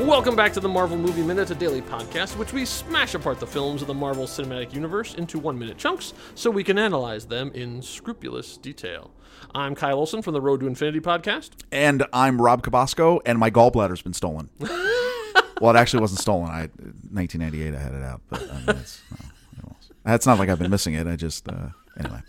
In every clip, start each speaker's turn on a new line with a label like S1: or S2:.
S1: Welcome back to the Marvel Movie Minute, a daily podcast, which we smash apart the films of the Marvel Cinematic Universe into one minute chunks so we can analyze them in scrupulous detail. I'm Kyle Olson from the Road to Infinity podcast.
S2: And I'm Rob Cabasco, and my gallbladder's been stolen. well, it actually wasn't stolen. I 1998, I had it out, but I mean, it's, no, it was- that's not like I've been missing it. I just uh, anyway.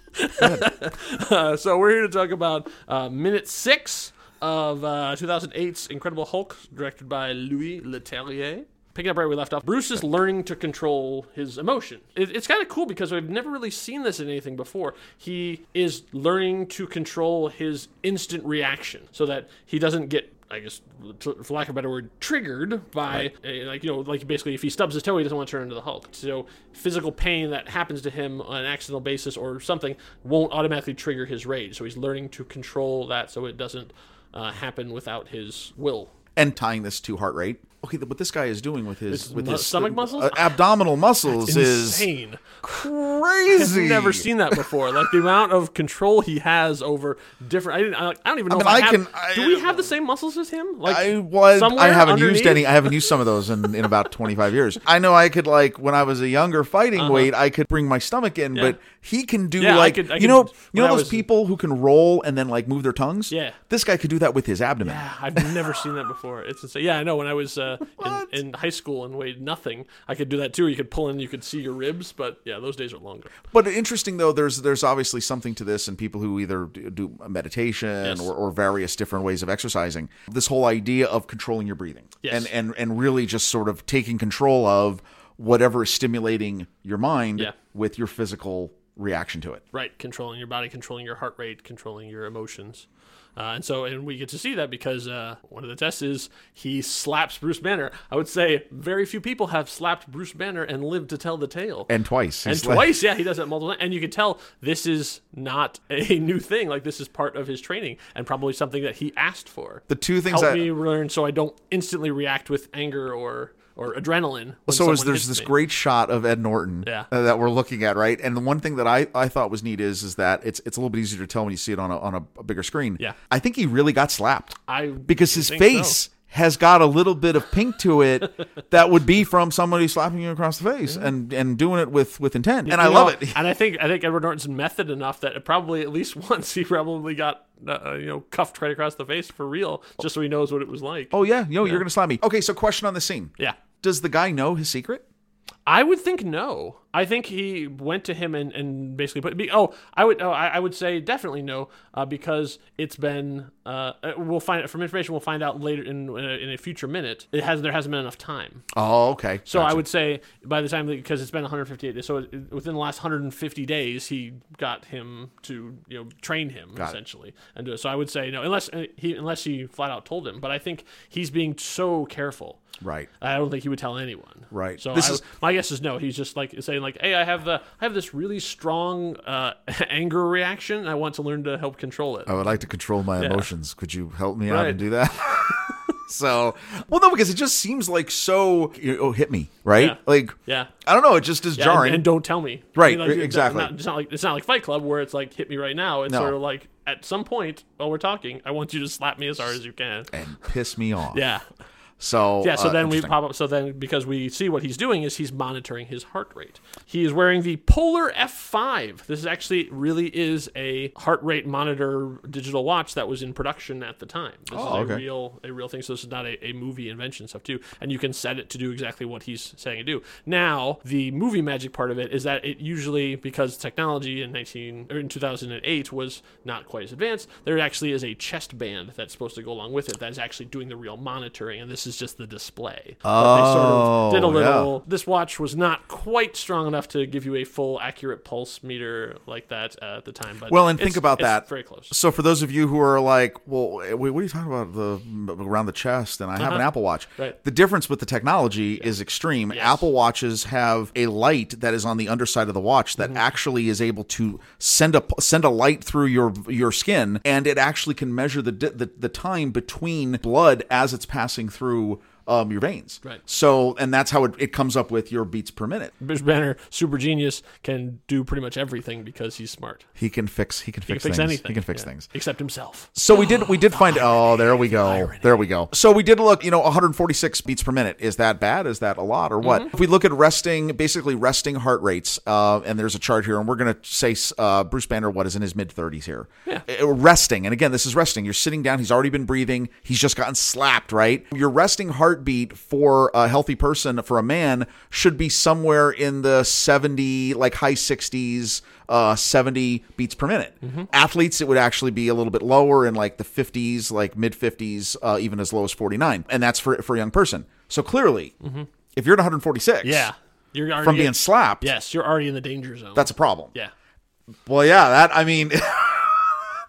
S1: Uh, so we're here to talk about uh, minute six of uh, 2008's Incredible Hulk, directed by Louis Leterrier. Picking up right where we left off, Bruce is learning to control his emotion. It, it's kind of cool because I've never really seen this in anything before. He is learning to control his instant reaction so that he doesn't get I guess, t- for lack of a better word, triggered by, uh, like, you know, like basically if he stubs his toe, he doesn't want to turn into the Hulk. So physical pain that happens to him on an accidental basis or something won't automatically trigger his rage. So he's learning to control that so it doesn't uh, happen without his will.
S2: And tying this to heart rate. Okay, th- what this guy is doing with his with
S1: mu-
S2: his
S1: stomach muscles?
S2: uh, abdominal muscles, is
S1: Insane.
S2: crazy.
S1: Never seen that before. Like the amount of control he has over different. I didn't. I, I don't even know.
S2: mean,
S1: if I,
S2: I
S1: have,
S2: can- I-
S1: do we have the same muscles as him? Like
S2: I was. I
S1: somewhere
S2: haven't
S1: underneath?
S2: used any. I haven't used some of those in, in about 25 years. I know I could like when I was a younger fighting weight, I could bring my stomach in, but he can do
S1: Uh-huh. Yeah, I
S2: like
S1: could- I
S2: you
S1: could-
S2: know you
S1: when I
S2: know those
S1: was-
S2: people who can roll and then like move their tongues.
S1: Yeah.
S2: this guy could do that with his abdomen.
S1: Yeah, I've never seen that before. It's insane. Yeah, I know. When I was uh, in, in high school and weighed nothing, I could do that too. You could pull in, you could see your ribs, but yeah, those days are longer.
S2: But interesting though, there's there's obviously something to this, and people who either do do meditation or, or various different ways of exercising. This whole idea of controlling your breathing,
S1: Yes.
S2: and and and really just sort of taking control of whatever is stimulating your mind
S1: Yeah.
S2: with your physical reaction to it.
S1: Right, controlling your body, controlling your heart rate, controlling your emotions. Uh, and so, and we get to see that because uh, one of the tests is he slaps Bruce Banner. I would say very few people have slapped Bruce Banner and lived to tell the tale.
S2: And twice,
S1: and
S2: He's like-
S1: twice, yeah, he does it multiple times. And you can tell this is not a new thing. Like, this is part of his training and probably something that he asked for.
S2: the two things
S1: help
S2: that
S1: me learn so I don't instantly react with anger or or adrenaline. when
S2: so is
S1: someone
S2: there's
S1: hits
S2: this
S1: me.
S2: great shot of Ed Norton
S1: Yeah.
S2: uh, that we're looking at, right? And the one thing that I, I thought was neat is is that it's it's a little bit easier to tell when you see it on a on a, a bigger screen.
S1: Yeah.
S2: I think he really got slapped.
S1: I
S2: because his
S1: think so.
S2: face has got a little bit of pink to it that would be from somebody slapping you across the face and and doing it with with intent. And I
S1: You
S2: love
S1: know,
S2: it.
S1: and I think I think Edward Norton's method enough that probably at least once he probably got uh, you know cuffed right across the face for real, just so he knows what it was like.
S2: Oh yeah, yo, you're gonna slap me. Okay, so question on the scene.
S1: Yeah,
S2: Does the guy know his secret?
S1: I would think no. I think he went to him and, and basically put. Be, oh, I would. Oh, I, I would say definitely no, uh, because it's been. Uh, uh, we'll find from information we'll find out later in uh, in a future minute. It has there hasn't been enough time.
S2: Oh, okay.
S1: So I would say by the time because it's been 158 days, so it- within the last 150 days, he got him to you know train him essentially and do it. So I would say no, unless uh, he unless he flat out told him. But I think he's being so careful.
S2: Right.
S1: I don't think he would tell anyone.
S2: Right.
S1: So
S2: This
S1: I-
S2: is-
S1: my guess is no. He's just like saying like, hey, I have uh, I have this really strong uh, anger reaction. And I want to learn to help control it.
S2: I would like to control my emotions. Could you help me out
S1: Right.
S2: and do that? so, well, no, because it just seems like so. you know, Oh, hit me, right?
S1: Yeah.
S2: Like,
S1: Yeah.
S2: I don't know. It just is
S1: Yeah,
S2: jarring.
S1: And, and don't tell me.
S2: Right, e-,
S1: like, it's
S2: exactly.
S1: Not, it's not like it's not like Fight Club where it's like hit me right now. It's
S2: No.
S1: sort of like at some point while we're talking, I want you to slap me as hard as you can.
S2: and piss me off.
S1: Yeah,
S2: So
S1: yeah. So
S2: uh,
S1: then we
S2: interesting.
S1: pop up. So then because we see what he's doing is he's monitoring his heart rate. He is wearing the Polar F5. This is actually really is a heart rate monitor digital watch that was in production at the time. This
S2: Oh,
S1: is a
S2: okay.
S1: real a real thing. So this is not a, a movie invention stuff too. And you can set it to do exactly what he's saying to do. Now the movie magic part of it is that it usually because technology in nineteen or in two thousand and eight was not quite as advanced. There actually is a chest band that's supposed to go along with it that is actually doing the real monitoring, and this is just the display. But they sort of did a
S2: Oh, yeah.
S1: little this watch was not quite strong enough to give you a full accurate pulse meter like that uh, at the time. But
S2: Well, and think
S1: it's-
S2: about
S1: it's
S2: that.
S1: very close.
S2: So for those of you who are like, well, wait, what are you talking about? The around the chest, and I have an Apple Watch.
S1: Uh-huh. Right.
S2: The difference with the technology is extreme. Apple Watches have a light that is on the underside of the watch that
S1: Mm-hmm.
S2: actually is able to send a send a light through your your skin, and it actually can measure the di- the, the time between blood as it's passing through. um, your veins.
S1: Right.
S2: So, and that's how it, it comes up with your beats per minute.
S1: Bruce Banner, super genius, can do pretty much everything because he's smart.
S2: He can fix. He can
S1: He can
S2: fix,
S1: fix
S2: things.
S1: anything.
S2: He can fix
S1: Yeah.
S2: things.
S1: Except himself.
S2: So we did we did find oh there we go there we go so we did look you know 146 beats per minute is that bad is that a lot or what if we look at resting basically resting heart rates uh, and there's a chart here and we're gonna say uh, Bruce Banner what is in his mid 30s here
S1: Yeah.
S2: Uh, resting and again this is resting you're sitting down he's already been breathing he's just gotten slapped right your resting heartbeat for a healthy person for a man should be somewhere in the 70 like high 60s uh, 70 beats per minute. Athletes, it would actually be a little bit lower in like the 50s, like mid 50s, uh, even as low as 49. And that's for, for a young person. So clearly, if you're at 146
S1: Yeah. You're already
S2: from being slapped,
S1: Yes, you're already in the danger zone.
S2: that's a problem.
S1: yeah.
S2: Well, yeah, that, I mean,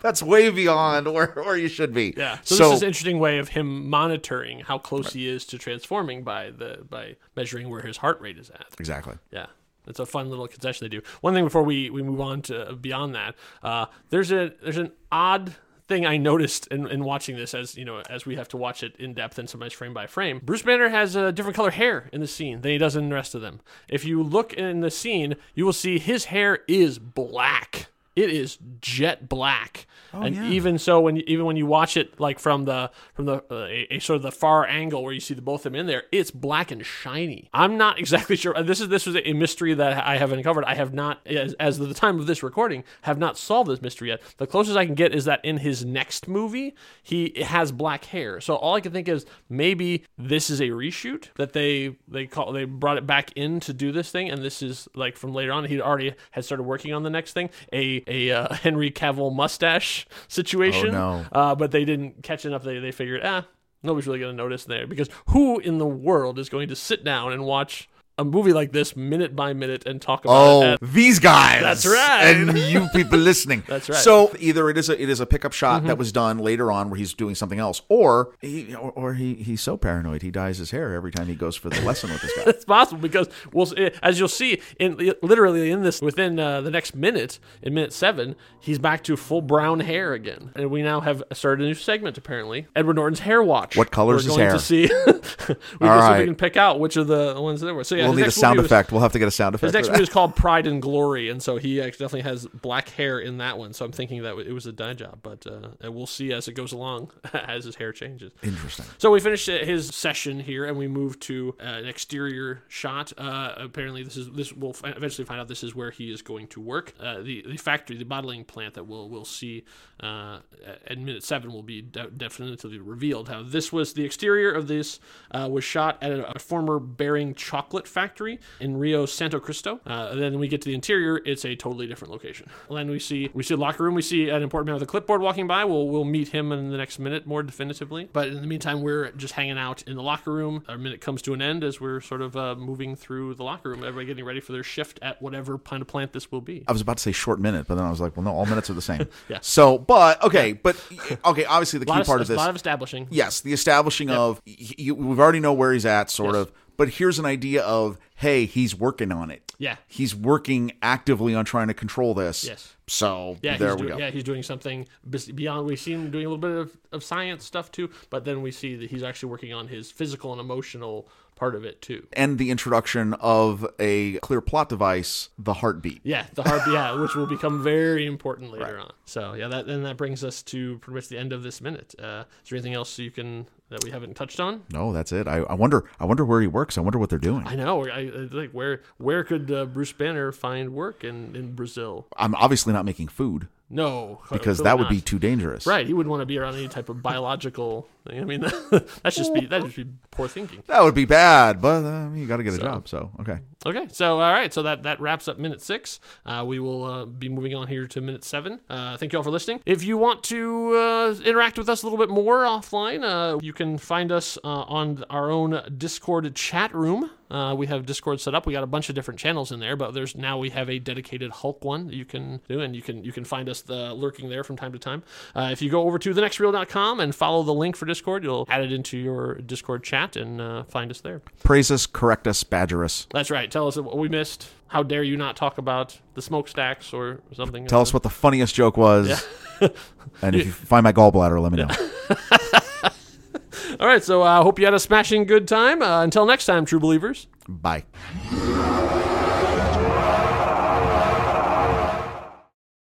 S2: that's way beyond where, where you should be.
S1: Yeah. So,
S2: So,
S1: this is an interesting way of him monitoring how close he is to transforming by the by measuring where his heart rate is at.
S2: exactly.
S1: Yeah. It's a fun little concession they do. One thing before we, we move on to beyond that, uh, there's a there's an odd thing I noticed in, in watching this as you know as we have to watch it in depth and sometimes frame by frame. Bruce Banner has a different color hair in the scene than he does in the rest of them. If you look in the scene, you will see his hair is black. It is jet black, and even so, when even when you watch it like from the from the uh, a, a sort of the far angle where you see the both of them in there, it's black and shiny. I'm not exactly sure. uh, This is this was a mystery that I have uncovered. I have not, as, as of the time of this recording, have not solved this mystery yet. The closest I can get is that in his next movie, he has black hair. So all I can think is maybe this is a reshoot that they they call they brought it back in to do this thing, and this is like from later on. He already had started working on the next thing, a a uh, Henry Cavill mustache situation.
S2: Oh, no.
S1: Uh, but they didn't catch enough. They they figured ah. Nobody's really going to notice there because who in the world is going to sit down and watch a movie like this minute by minute and talk about it
S2: Oh,
S1: as-
S2: these guys.
S1: That's right.
S2: And you people listening.
S1: That's right. Mm-hmm.
S2: So either it is a it is a pickup shot that was done later on where he's doing something else, or he or, or he he's so paranoid he dyes his hair every time he goes for the lesson with this guy.
S1: it's possible because we'll as you'll see in literally in this within uh, the next minute in minute seven he's back to full brown hair again and we now have started a new segment apparently Edward Norton's hair watch
S2: What color's
S1: we're
S2: his
S1: going
S2: hair?
S1: to see we can, see if we
S2: right.
S1: can pick out which are the ones that were so yeah
S2: We'll
S1: his
S2: need a
S1: next
S2: sound
S1: movie was-
S2: effect. We'll have to get a sound effect.
S1: his next
S2: for
S1: movie
S2: that.
S1: is called Pride and Glory, and so he actually definitely has black hair in that one. So I'm thinking that it was a dye job, but uh, and we'll see as it goes along as his hair changes.
S2: Interesting.
S1: So we finish uh, his session here, and we move to uh, an exterior shot. Uh, apparently, this is this we'll fi- eventually find out this is where he is going to work. Uh, the the factory, the bottling plant that we'll we'll see uh, at minute seven will be de- definitively revealed. How this was the exterior of this uh, was shot at a, a former Bering chocolate factory in Rio Santo Cristo. Uh, then we get to the interior; it's a totally different location. And then we see we see a locker room. We see an important man with a clipboard walking by. We'll we'll meet him in the next minute more definitively. But in the meantime, we're just hanging out in the locker room. Our minute comes to an end as we're sort of uh, moving through the locker room. Everybody getting ready for their shift at whatever kind of plant this will be.
S2: I was about to say short minute, but then I was like, well, no, all minutes are the same.
S1: Yeah.
S2: So, but okay, but okay. Obviously, the
S1: A lot
S2: key
S1: of-
S2: part of
S1: a
S2: this
S1: lot of establishing.
S2: Yes, the establishing of y- y- you, we've already know where he's at, sort
S1: Yes.
S2: of. But here's an idea of hey, he's working on it.
S1: Yeah.
S2: he's working actively on trying to control this.
S1: Yes.
S2: So
S1: Yeah,
S2: there
S1: he's
S2: we
S1: doing,
S2: go.
S1: yeah, he's doing something bes- beyond. We see him doing a little bit of, of science stuff too, but then we see that he's actually working on his physical and emotional part of it too.
S2: And the introduction of a clear plot device, the heartbeat.
S1: Yeah, the harp. yeah, which will become very important later on. So yeah, that then that brings us to pretty much the end of this minute. Uh, is there anything else you can that we haven't touched on?
S2: No, that's it. I, I wonder. I wonder where he works. I wonder what they're doing.
S1: I know. I, I like where where could uh, Bruce Banner find work in in Brazil?
S2: I'm obviously not making food
S1: No,
S2: because
S1: clearly
S2: that would be
S1: not.
S2: too dangerous.
S1: right. He wouldn't want to be around any type of biological. thing. I mean, that's just be that just be poor thinking.
S2: That would be bad. But uh, you got to get a job. So okay.
S1: Okay, so all right, so that that wraps up minute six. Uh, we will uh, be moving on here to minute seven. Uh, thank you all for listening. If you want to uh, interact with us a little bit more offline, uh, you can find us uh, on our own Discord chat room. Uh, we have Discord set up. We got a bunch of different channels in there, but there's now we have a dedicated Hulk one that you can do, and you can you can find us the lurking there from time to time. Uh, if you go over to thenextreel.com and follow the link for Discord, you'll add it into your Discord chat and uh, find us there.
S2: Praise us, correct us, badger us.
S1: That's right. Tell us what we missed. How dare you not talk about the smokestacks or something?
S2: Tell us what the funniest joke was. and if you find my gallbladder, let me know.
S1: All right, so I uh, hope you had a smashing good time. Uh, until next time, true believers.
S2: Bye.